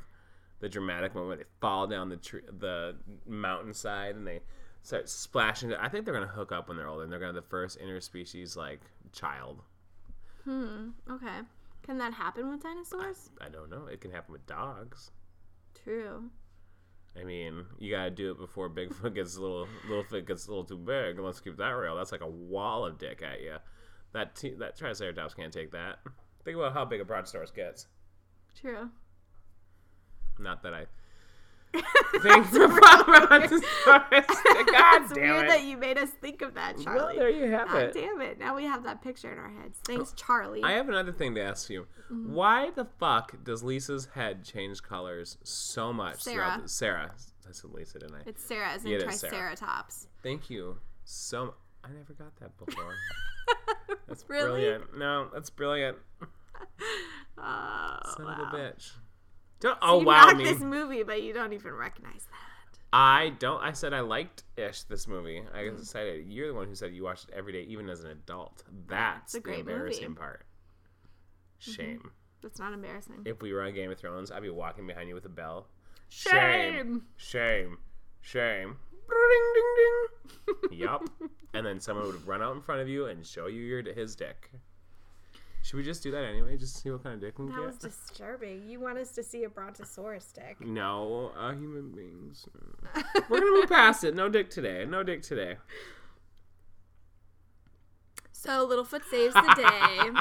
S2: The dramatic moment where they fall down the tree, the mountainside and they start splashing. I think they're gonna hook up when they're older. and They're gonna have the first interspecies like child.
S1: them. Okay, can that happen with dinosaurs?
S2: I don't know. It can happen with dogs.
S1: True.
S2: I mean, you gotta do it before Bigfoot gets a little Littlefoot gets a little too big. Let's keep that real. That's like a wall of dick at you. That t- that Triceratops can't take that. Think about how big a Brontosaurus gets.
S1: True.
S2: Not that I Thanks for following on the source. God
S1: it's
S2: damn
S1: weird
S2: it.
S1: that you made us think of that, Charlie.
S2: Well, there you have
S1: God
S2: it. Oh,
S1: damn it. Now we have that picture in our heads. Thanks, Charlie.
S2: I have another thing to ask you.
S1: Mm-hmm.
S2: Why the fuck does Lisa's head change colors so much?
S1: Sarah.
S2: throughout the- Sarah. I said Lisa, didn't I?
S1: it's Sarah as in
S2: Yeah, it is Sarah.
S1: Triceratops.
S2: Thank you so much. I never got that before. That's
S1: Really?
S2: brilliant. No, that's brilliant.
S1: Oh,
S2: Son
S1: wow.
S2: of a bitch. Don't oh
S1: you
S2: wow
S1: knocked
S2: me.
S1: this movie, but you don't even recognize that.
S2: I don't. I said I liked ish this movie. I
S1: Mm.
S2: decided you're the one who said you watched it every day, even as an adult. That's
S1: a
S2: the
S1: great movie. Mm-hmm.
S2: embarrassing part. Shame.
S1: That's not embarrassing.
S2: If we were on Game of Thrones, I'd be walking behind you with a bell.
S1: Shame.
S2: Shame. Shame. Ding ding ding. yup. And then someone would run out in front of you and show you your his dick. Should we just do that anyway? Just see what kind of dick we
S1: That
S2: get.
S1: was disturbing. You want us to see a brontosaurus dick.
S2: No, uh, human beings. We're gonna move past it. No dick today. No dick today.
S1: So Littlefoot saves the day,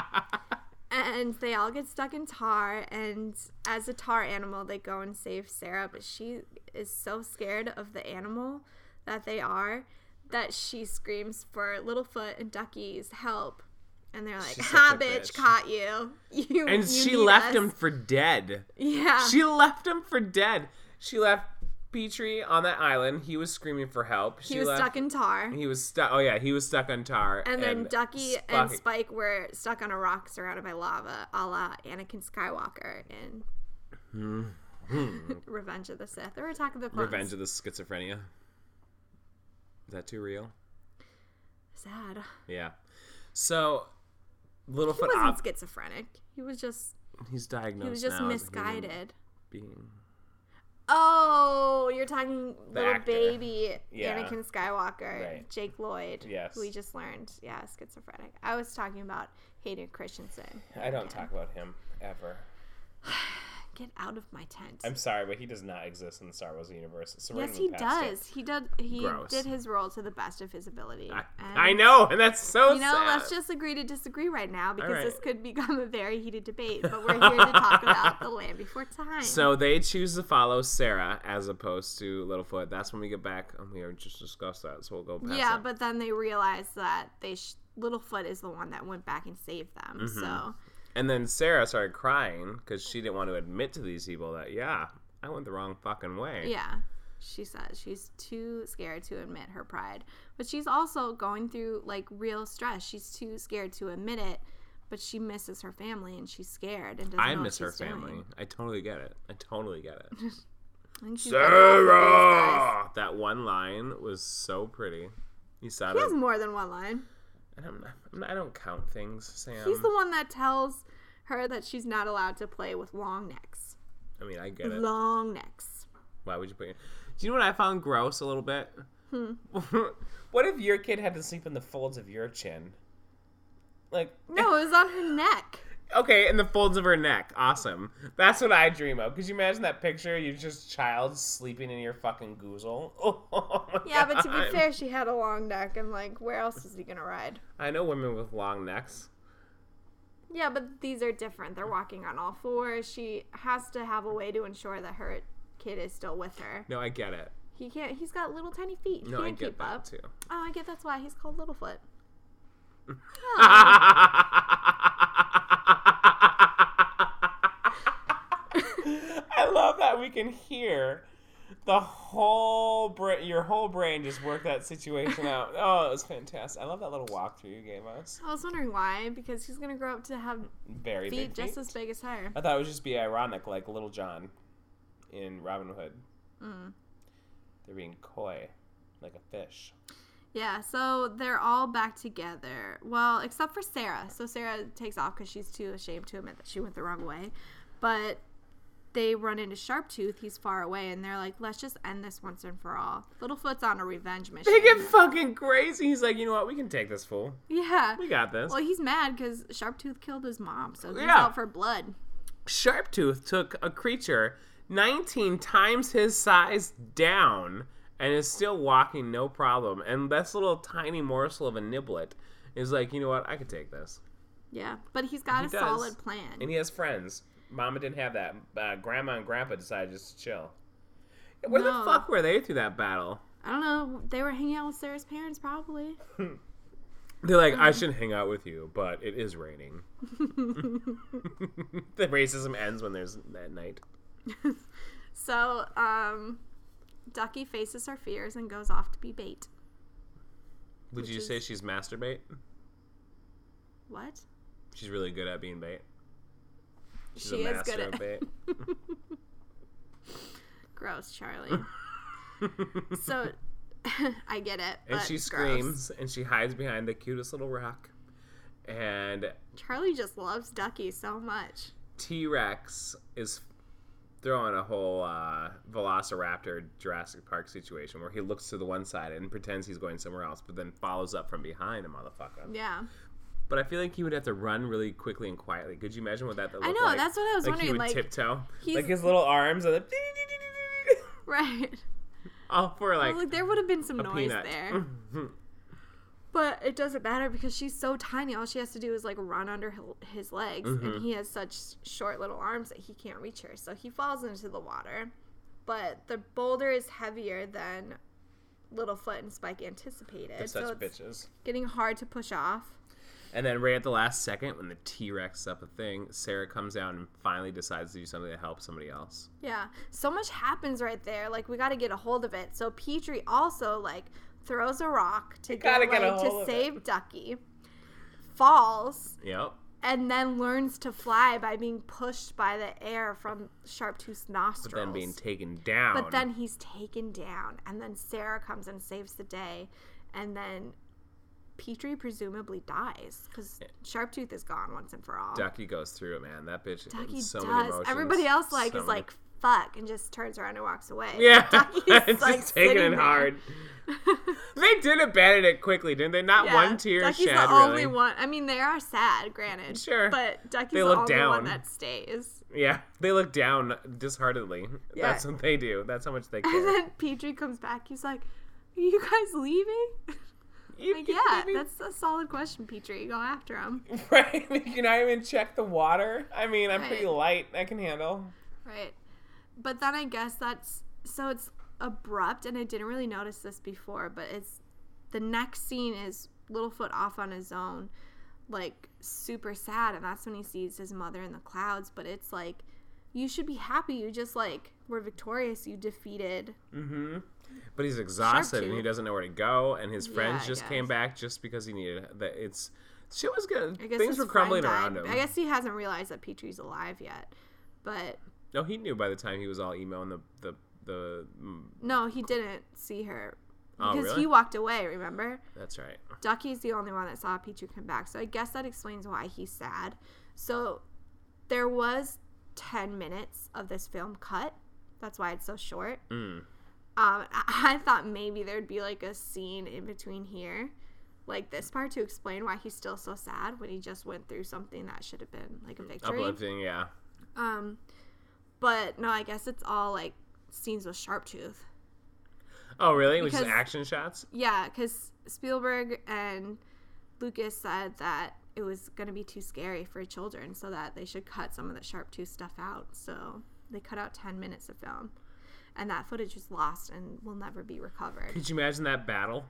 S1: and they all get stuck in tar. And as a tar animal, they go and save Sarah, but she is so scared of the animal that they are that she screams for Littlefoot and Ducky's help. And they're like,
S2: She's such
S1: "Ha,
S2: a
S1: bitch,
S2: bitch."
S1: caught you!" You
S2: And
S1: you
S2: she
S1: need
S2: left
S1: us."
S2: him for dead.
S1: Yeah,
S2: She left him for dead. She left Petrie on that island. He was screaming for help. She
S1: he was
S2: left,
S1: stuck in tar.
S2: He was stuck. Oh yeah, he was stuck on tar.
S1: And then Ducky and
S2: Spock-
S1: Spike were stuck on a rock surrounded by lava, a la Anakin Skywalker in Revenge of the Sith or Attack of the Clones.
S2: Hmm. Revenge of the Schizophrenia. Is that too real?
S1: Sad.
S2: Yeah. So
S1: He
S2: Littlefoot,
S1: wasn't
S2: ob-
S1: schizophrenic. He was just
S2: ah, he's diagnosed.
S1: he was just
S2: now as a human
S1: misguided.
S2: Being.
S1: Oh, you're talking
S2: The
S1: little
S2: actor.
S1: baby
S2: Yeah.
S1: Anakin Skywalker,
S2: Right.
S1: Jake Lloyd.
S2: Yes.
S1: who we just learned, yeah, schizophrenic. I was talking about Hayden Christensen.
S2: I don't talk about him ever.
S1: Get out of my tent.
S2: I'm sorry, but he does not exist in the Star Wars universe. So we're
S1: yes,
S2: gonna
S1: he
S2: move past it.
S1: does. He did. He
S2: Gross.
S1: did his role to the best of his ability.
S2: I,
S1: And,
S2: I know, and that's so
S1: You know,
S2: sad.
S1: let's just agree to disagree right now because
S2: right.
S1: this could become a very heated debate. But we're here to talk about the land before time.
S2: so they choose to follow Sarah as opposed to Littlefoot. That's when we get back, and we are just discussed that. So we'll go past.
S1: yeah,
S2: it.
S1: but then they realized that they sh- Littlefoot is the one that went back and saved them.
S2: Mm-hmm.
S1: So
S2: and then Sarah started crying because she didn't want to admit to these people that yeah, I went the wrong fucking way.
S1: yeah, she says she's too scared to admit her pride, but she's also going through like real stress. She's too scared to admit it. But she misses her family and she's scared and doesn't
S2: I
S1: know what
S2: miss her
S1: she's doing.
S2: family. I totally get it. I totally get it.
S1: I think she's better off with these guys.
S2: Sarah, that one line was so pretty. You saw
S1: He has
S2: it.
S1: more than one line.
S2: And I'm not, I'm not- I don't count things, Sam.
S1: He's the one that tells her that she's not allowed to play with long necks.
S2: I mean, I get it.
S1: Long necks.
S2: Why would you put? Your... Do you know what I found gross a little bit?
S1: Hmm.
S2: what if your kid had to sleep in the folds of your chin? Like,
S1: No, it was on her neck.
S2: okay, in the folds of her neck. Awesome. That's what I dream of. Could you imagine that picture? You just child sleeping in your fucking goozle. Oh, my
S1: Yeah, but to be
S2: God.
S1: fair, she had a long neck, and like, where else is he gonna ride?
S2: I know women with long necks.
S1: Yeah, but these are different. They're walking on all fours. She has to have a way to ensure that her kid is still with her.
S2: No, I get it.
S1: He can't. He's got little tiny feet. He
S2: No, I
S1: can't
S2: get
S1: keep
S2: that
S1: up.
S2: too.
S1: Oh, I get that's why he's called Littlefoot. Oh.
S2: I love that we can hear the whole brain, your whole brain just work that situation out. Oh, it was fantastic. I love that little walkthrough you gave us.
S1: I was wondering why, because he's gonna grow up to have
S2: Very
S1: feet
S2: big
S1: just
S2: feet.
S1: as big as her.
S2: I thought it would just be ironic, like Little John in Robin Hood.
S1: Mm.
S2: They're being coy, like a fish.
S1: Yeah, so they're all back together. Well, except for Sarah. So Sarah takes off because she's too ashamed to admit that she went the wrong way. But they run into Sharptooth. He's far away, and they're like, let's just end this once and for all. Littlefoot's on a revenge mission.
S2: They get fucking crazy. He's like, you know what? We can take this fool.
S1: yeah.
S2: We got this.
S1: Well, he's mad because Sharptooth killed his mom, so he's
S2: Yeah.
S1: out for blood.
S2: Sharptooth took a creature 19 times his size down and is still walking no problem. And this little tiny morsel of a niblet is like, you know what? I could take this.
S1: Yeah, but he's got
S2: He
S1: a
S2: does.
S1: solid plan.
S2: And he has friends. Mama didn't have that. Uh, grandma and grandpa decided just to chill. Where
S1: No.
S2: the fuck were they through that battle?
S1: I don't know. They were hanging out with Sarah's parents, probably.
S2: They're like, I
S1: Mm.
S2: shouldn't hang out with you, but it is raining. the racism ends when there's that night.
S1: So, um, Ducky faces her fears and goes off to be bait.
S2: Would
S1: Which
S2: you
S1: is-
S2: say she's masturbate?
S1: What?
S2: She's really good at being bait. She's
S1: she
S2: a
S1: is
S2: master
S1: good at
S2: of bait.
S1: gross, Charlie. so, I get it.
S2: and
S1: but
S2: she
S1: gross.
S2: screams and she hides behind the cutest little rock. And
S1: Charlie just loves Ducky so much.
S2: T Rex is throwing a whole uh, Velociraptor Jurassic Park situation where he looks to the one side and pretends he's going somewhere else, but then follows up from behind a motherfucker.
S1: Yeah.
S2: But I feel like he would have to run really quickly and quietly. Could you imagine what that looked
S1: I
S2: like?
S1: know, that's what I was
S2: He
S1: wondering,
S2: would
S1: like,
S2: tiptoe,
S1: he's-
S2: like his little arms, and then
S1: Right.
S2: all for like,
S1: Like, there would have been some
S2: a
S1: noise
S2: peanut. Mm-hmm.
S1: there. But it doesn't matter because she's so tiny. All she has to do is like run under hil- his legs,
S2: Mm-hmm.
S1: and he has such short little arms that he can't reach her. So he falls into the water. But the boulder is heavier than Littlefoot and Spike anticipated,
S2: They're
S1: so
S2: such
S1: it's
S2: bitches.
S1: getting hard to push off.
S2: And then right at the last second, when the T Rex up a thing, Sarah comes down and finally decides to do something to help somebody else.
S1: Yeah, so much happens right there. Like we got to get a hold of it. So Petrie also like throws a rock to get,
S2: gotta
S1: like,
S2: get a
S1: to
S2: hold of it.
S1: save Ducky, falls,
S2: Yep.
S1: and then learns to fly by being pushed by the air from Sharptooth's nostrils.
S2: Then being taken down.
S1: but then he's taken down, and then Sarah comes and saves the day, and then Petrie presumably dies because Sharptooth is gone once and for all.
S2: Ducky goes through it, man. That bitch.
S1: Ducky
S2: so Many
S1: does.
S2: emotions,
S1: Everybody else like
S2: so
S1: is
S2: many-
S1: like fuck and just turns around and walks away.
S2: yeah,
S1: Ducky's
S2: it's
S1: like
S2: just taking
S1: sitting
S2: it
S1: there.
S2: hard. they did abandon it quickly, didn't they? Not
S1: Yeah,
S2: one tear
S1: Ducky's
S2: shed,
S1: the only
S2: really.
S1: one. I mean, they are sad, granted.
S2: Sure.
S1: But Ducky's
S2: They
S1: the
S2: look
S1: only one
S2: down.
S1: that stays.
S2: Yeah, they look down disheartedly.
S1: Yeah.
S2: That's what they do. That's how much they
S1: And
S2: care.
S1: then Petrie comes back. He's like, "Are you guys leaving?"
S2: You
S1: Like,
S2: can
S1: yeah,
S2: even-
S1: that's a solid question, Petrie. Go after him.
S2: right. You can not even check the water. I mean, I'm pretty
S1: Right.
S2: light. I can handle.
S1: Right. But then I guess that's so it's abrupt, and I didn't really notice this before, but it's the next scene is Littlefoot off on his own, like super sad, and that's when he sees his mother in the clouds. But it's like, you should be happy. You just like were victorious. You defeated.
S2: Mm-hmm. But he's exhausted and
S1: tooth.
S2: he doesn't know where to go. And his friends
S1: I
S2: just came
S1: guess.
S2: back just because he needed that. It's shit was good.
S1: I guess
S2: Things
S1: his
S2: were crumbling
S1: friend
S2: around
S1: died.
S2: him.
S1: I guess he hasn't realized that Petrie's alive yet, but
S2: No, he knew by the time he was all emo and the the the. mm,
S1: no, he didn't see her
S2: Oh,
S1: because
S2: really?
S1: he walked away. Remember?
S2: That's right.
S1: Ducky's the only one that saw Pichu come back. So I guess that explains why he's sad. So there was 10 minutes of this film cut. That's why it's so short.
S2: Mm.
S1: Um, I-, I thought maybe there'd be like a scene in between here, like this part, to explain why he's still so sad when he just went through something that should have been like a victory.
S2: Uplifting, yeah.
S1: Um, but no, I guess it's all like scenes with Sharptooth.
S2: Oh, really? Which is
S1: Because-
S2: action shots?
S1: Yeah, because Spielberg and Lucas said that it was going to be too scary for children, so that they should cut some of the sharp tooth stuff out. So they cut out 10 minutes of film. And that footage was lost and will never be recovered.
S2: Could you imagine that battle?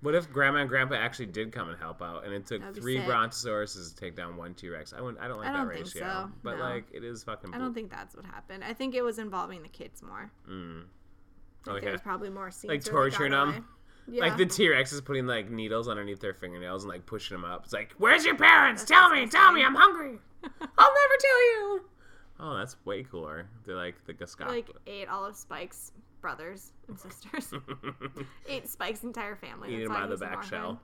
S2: What if Grandma and Grandpa actually did come and help out, and it took
S1: That'd be
S2: three
S1: sick.
S2: brontosauruses to take down one T Rex? I wouldn't. I don't like
S1: I don't
S2: that
S1: think
S2: ratio.
S1: so,
S2: But
S1: no.
S2: like, it is fucking.
S1: I don't think that's what happened. I think it was involving the kids more.
S2: oh,
S1: There
S2: yeah.
S1: was probably more scenes
S2: Like
S1: where they got
S2: torturing 'em?
S1: away. Yeah.
S2: Like the T Rex is putting like needles underneath their fingernails and like pushing them up. It's like, where's your parents? tell me, tell me, I'm hungry. I'll never tell you. Oh, that's way cooler. They're like the Gascon.
S1: like ate all of Spike's brothers and sisters. ate Spike's entire family.
S2: Eat
S1: That's
S2: him
S1: why
S2: out of
S1: he
S2: the
S1: was a
S2: back shell.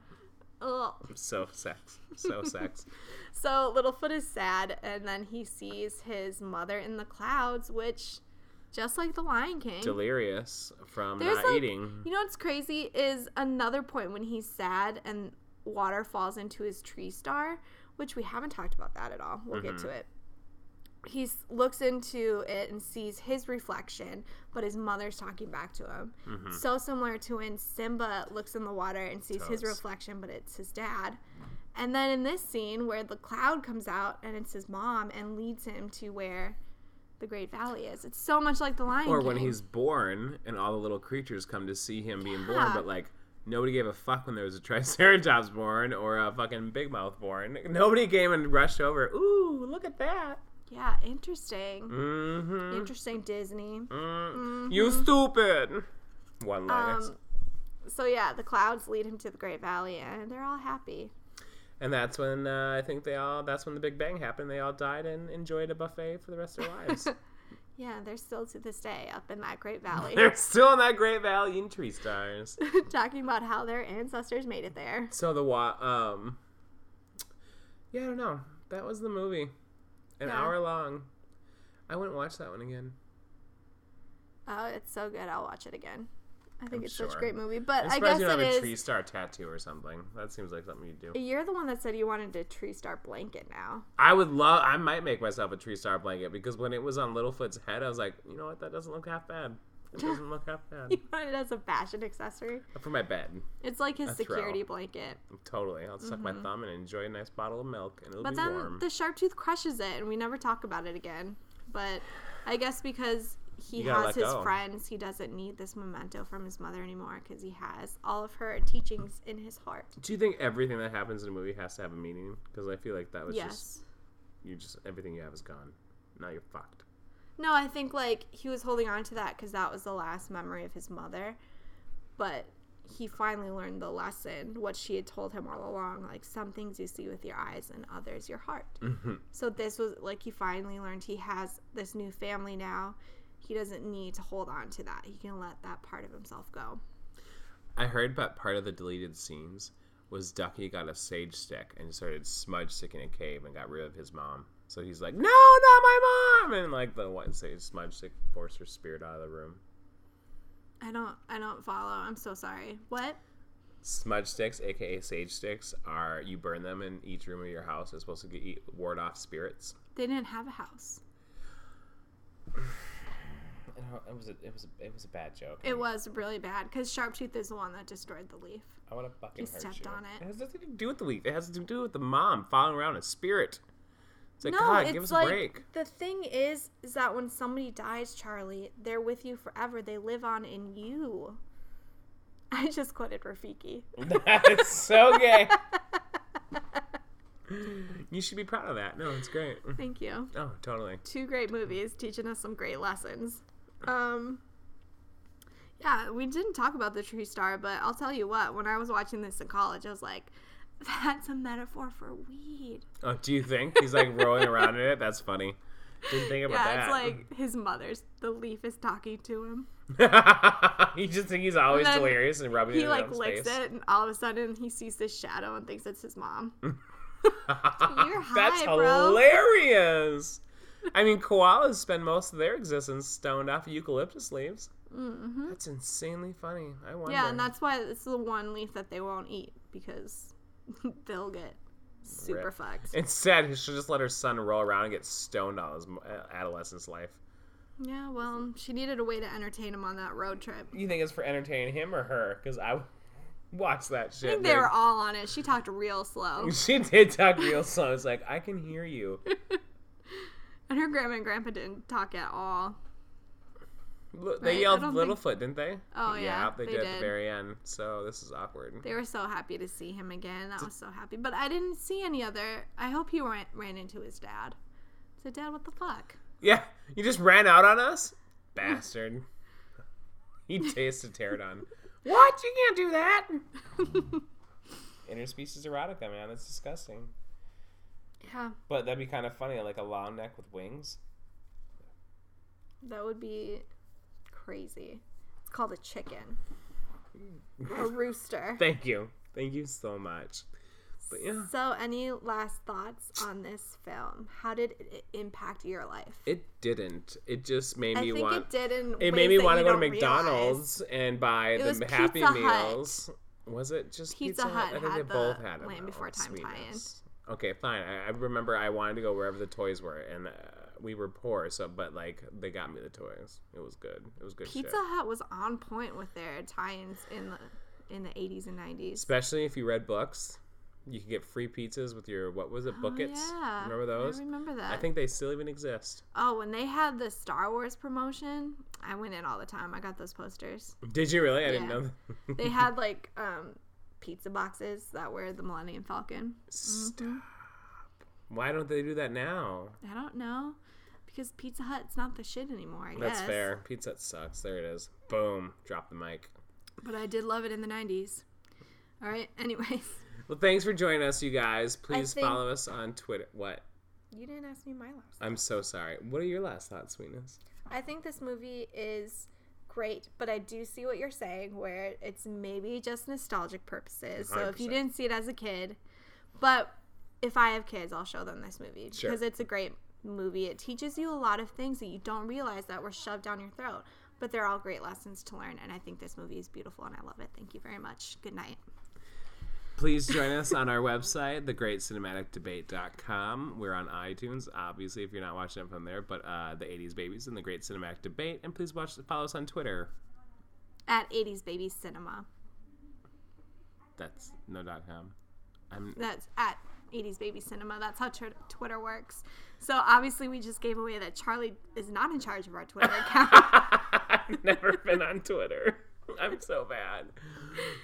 S1: longhorn. Ugh.
S2: So sex. So sex.
S1: So Littlefoot is sad, and then he sees his mother in the clouds, which, just like the Lion King,
S2: Delirious from
S1: There's,
S2: not
S1: like-
S2: eating.
S1: you know what's crazy is another point when he's sad and water falls into his tree star, which we haven't talked about that at all. We'll
S2: Mm-hmm.
S1: get to it. He s- looks into it and sees his reflection, but his mother's talking back to him.
S2: Mm-hmm.
S1: So similar to when Simba looks in the water and sees his
S2: Totes.
S1: reflection, but it's his dad. And then in this scene where the cloud comes out and it's his mom and leads him to where the Great Valley is. It's so much like the Lion
S2: Or
S1: King.
S2: when he's born and all the little creatures come to see him being born,
S1: Yeah.
S2: but like nobody gave a fuck when there was a Triceratops born or a fucking Big Mouth born. Nobody came and rushed over. Ooh, look at that.
S1: yeah, interesting,
S2: Mm-hmm. Mm,
S1: interesting Disney.
S2: You stupid. One liner.
S1: Mm-hmm. Um, so yeah, the clouds lead him to the Great Valley, and they're all happy.
S2: and that's when uh, I think they all, that's when the Big Bang happened. They all died and enjoyed a buffet for the rest of their lives.
S1: Yeah, they're still to this day up in that Great Valley,
S2: They're still in that Great Valley eating tree stars.
S1: talking about how their ancestors made it there.
S2: So the wa um Yeah, I don't know. That was the movie. An
S1: Yeah.
S2: hour long. I wouldn't watch that one again.
S1: Oh, it's so good. I'll watch it again. I think
S2: I'm
S1: it's such a
S2: sure.
S1: great movie, but
S2: I'm
S1: I
S2: surprised
S1: guess
S2: you don't
S1: it
S2: have a
S1: is.
S2: tree star tattoo or something. That seems like something you'd do.
S1: You're the one that said you wanted a tree star blanket now.
S2: I would love I might make myself a tree star blanket because when it was on Littlefoot's head, I was like, you know what, that doesn't look half bad. It doesn't look half bad.
S1: You wanted it as a fashion accessory.
S2: For my bed.
S1: It's like his
S2: A throw.
S1: security blanket.
S2: Totally. I'll suck my thumb and enjoy a nice bottle of milk and
S1: Mm-hmm.
S2: it'll
S1: But
S2: be
S1: then
S2: warm.
S1: the sharp tooth crushes it, and we never talk about it again. But I guess because he
S2: You gotta
S1: has
S2: let
S1: his
S2: go.
S1: friends, he doesn't need this memento from his mother anymore because he has all of her teachings in his heart.
S2: Do you think everything that happens in a movie has to have a meaning? Because I feel like that was
S1: yes.
S2: just you just everything you have is gone. Now you're fucked.
S1: No, I think like he was holding on to that because that was the last memory of his mother. But he finally learned the lesson, what she had told him all along like, some things you see with your eyes and others your heart. So this was like he finally learned he has this new family now. He doesn't need to hold on to that. He can let that part of himself go.
S2: I heard that part of the deleted scenes was Ducky got a sage stick and started smudge sticking a cave and got rid of his mom. So he's like, "No, not my mom!" And like the white sage smudge stick forced her spirit out of the room.
S1: I don't I don't follow. I'm so sorry. What?
S2: Smudge sticks, aka sage sticks, are you burn them in each room of your house. It's supposed to get, eat, ward off spirits.
S1: They didn't have a house.
S2: I don't- It was a, it was a, it was a bad joke.
S1: It was really bad because Sharptooth is the one that destroyed the leaf.
S2: I want to fucking
S1: He
S2: hurt
S1: stepped
S2: you.
S1: on it.
S2: It has nothing to do with the leaf. It has to do with the mom following around a spirit. It's like,
S1: No,
S2: God,
S1: it's
S2: give us
S1: like
S2: a break.
S1: the thing is, is that when somebody dies, Charlie, they're with you forever. They live on in you. I just quoted Rafiki.
S2: Mm. That's so gay. you should be proud of that. No, it's great.
S1: Thank you.
S2: Oh, totally.
S1: Two great movies teaching us some great lessons. Um, yeah, we didn't talk about the tree star, but I'll tell you what. When I was watching this in college, I was like, "That's a metaphor for weed."
S2: Oh, do you think he's like rolling around in it? That's funny. Didn't think about
S1: Yeah,
S2: that.
S1: it's like his mother's. The leaf is talking to him.
S2: you just think he's always
S1: And then
S2: delirious and rubbing it
S1: He
S2: in
S1: like
S2: his
S1: licks
S2: face.
S1: it, and all of a sudden he sees this shadow and thinks it's his mom. You're
S2: That's
S1: high, bro.
S2: hilarious. I mean, koalas spend most of their existence stoned off eucalyptus leaves. Mm-hmm. That's insanely funny. I wonder.
S1: Hmm? Yeah, and that's why it's the one leaf that they won't eat because they'll get super
S2: Rip.
S1: fucked.
S2: Instead, he should just let her son roll around and get stoned all his mo- adolescence life.
S1: Yeah, well, she needed a way to entertain him on that road trip.
S2: You think it's for entertaining him or her? Because I would watch that shit.
S1: I think they were all on it. She talked real slow.
S2: she did talk real slow. It's like I can hear you.
S1: And her grandma and grandpa didn't talk at all.
S2: L-
S1: Right? I
S2: They yelled
S1: don't
S2: Littlefoot, didn't they?
S1: Oh, yeah,
S2: they,
S1: they
S2: did, at
S1: did.
S2: the very end. So this is awkward.
S1: They were so happy to see him again. I was so happy. But I didn't see any other. I hope he ran, ran into his dad. So, Dad, what the fuck?
S2: Yeah, you just ran out on us, bastard. he tasted pterodon. what? You can't do that. Interspecies erotica, man. That's disgusting.
S1: Yeah,
S2: But that'd be kind of funny, like a long neck with wings.
S1: that would be crazy. It's called a chicken, a rooster.
S2: Thank you. Thank you so much. But yeah,
S1: So, any last thoughts on this film? How did it impact your life?
S2: it didn't. It just made
S1: I
S2: me
S1: think
S2: want.
S1: it did in ways
S2: It, made me
S1: that
S2: want to
S1: you
S2: go to
S1: don't realize.
S2: McDonald's and buy
S1: was
S2: the Happy
S1: Pizza Hut.
S2: Meals. Was it just
S1: Pizza
S2: Pizza, Hut?
S1: Hut
S2: I think
S1: had
S2: they both
S1: the
S2: had them.
S1: Land
S2: though.
S1: Before Time tie-in.
S2: Sweetness. Okay, fine. I, I remember I wanted to go wherever the toys were, and uh, we were poor, so but like they got me the toys. It was good. It was good.
S1: Pizza
S2: shit.
S1: Hut was on point with their tie-ins in the in the 80s and 90s.
S2: especially if you read books. you could get free pizzas with your what was it
S1: Oh,
S2: buckets?
S1: yeah.
S2: Remember those?
S1: I remember that.
S2: I think they still even exist.
S1: Oh, when they had the Star Wars promotion, I went in all the time. I got those posters.
S2: Did you really? I
S1: Yeah.
S2: didn't know. that.
S1: They had like um, pizza boxes that were the Millennium Falcon. Mm-hmm.
S2: Stop. Why don't they do that now?
S1: I don't know because Pizza Hut's not the shit anymore. I
S2: That's
S1: guess.
S2: fair. Pizza Hut sucks. There it is. Boom. Drop the mic.
S1: But I did love it in the '90s. All right. Anyways,
S2: Well, thanks for joining us, you guys. Please
S1: think-
S2: follow us on Twitter. What?
S1: you didn't ask me my last.
S2: I'm so sorry. What are your last thoughts, sweetness?
S1: I think this movie is great, but I do see what you're saying, where it's maybe just nostalgic purposes. So if you
S2: 100%.
S1: didn't see it as a kid, but if I have kids, I'll show them this movie
S2: Sure.
S1: because it's a great movie. It teaches you a lot of things that you don't realize that were shoved down your throat, but they're all great lessons to learn. And I think this movie is beautiful, and I love it. Thank you very much. Good night.
S2: Please join us on our website, thegreatcinematicdebate.com. We're on iTunes, obviously, if you're not watching it from there, but uh, the 80s Babies and The Great Cinematic Debate. And please watch, follow us on Twitter.
S1: At 80s Baby Cinema.
S2: That's no dot com. I'm
S1: that's at 80s baby cinema that's how tr- twitter works so obviously we just gave away that charlie is not in charge of our twitter account
S2: I've never been on Twitter. I'm so bad.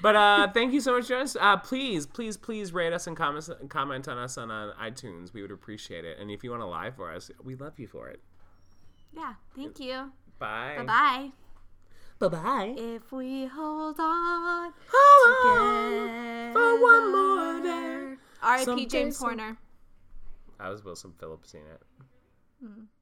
S2: But uh, thank you so much, Jonas. Uh, please, please, please rate us and comment comment on us on uh, iTunes. We would appreciate it. And if you want to lie for us, we love you for it.
S1: yeah thank you
S2: Bye.
S1: bye
S2: Bye bye.
S1: if we hold on
S2: For one more day.
S1: rip
S2: Someday,
S1: james
S2: some-
S1: horner
S2: I was Wilson Phillips in it.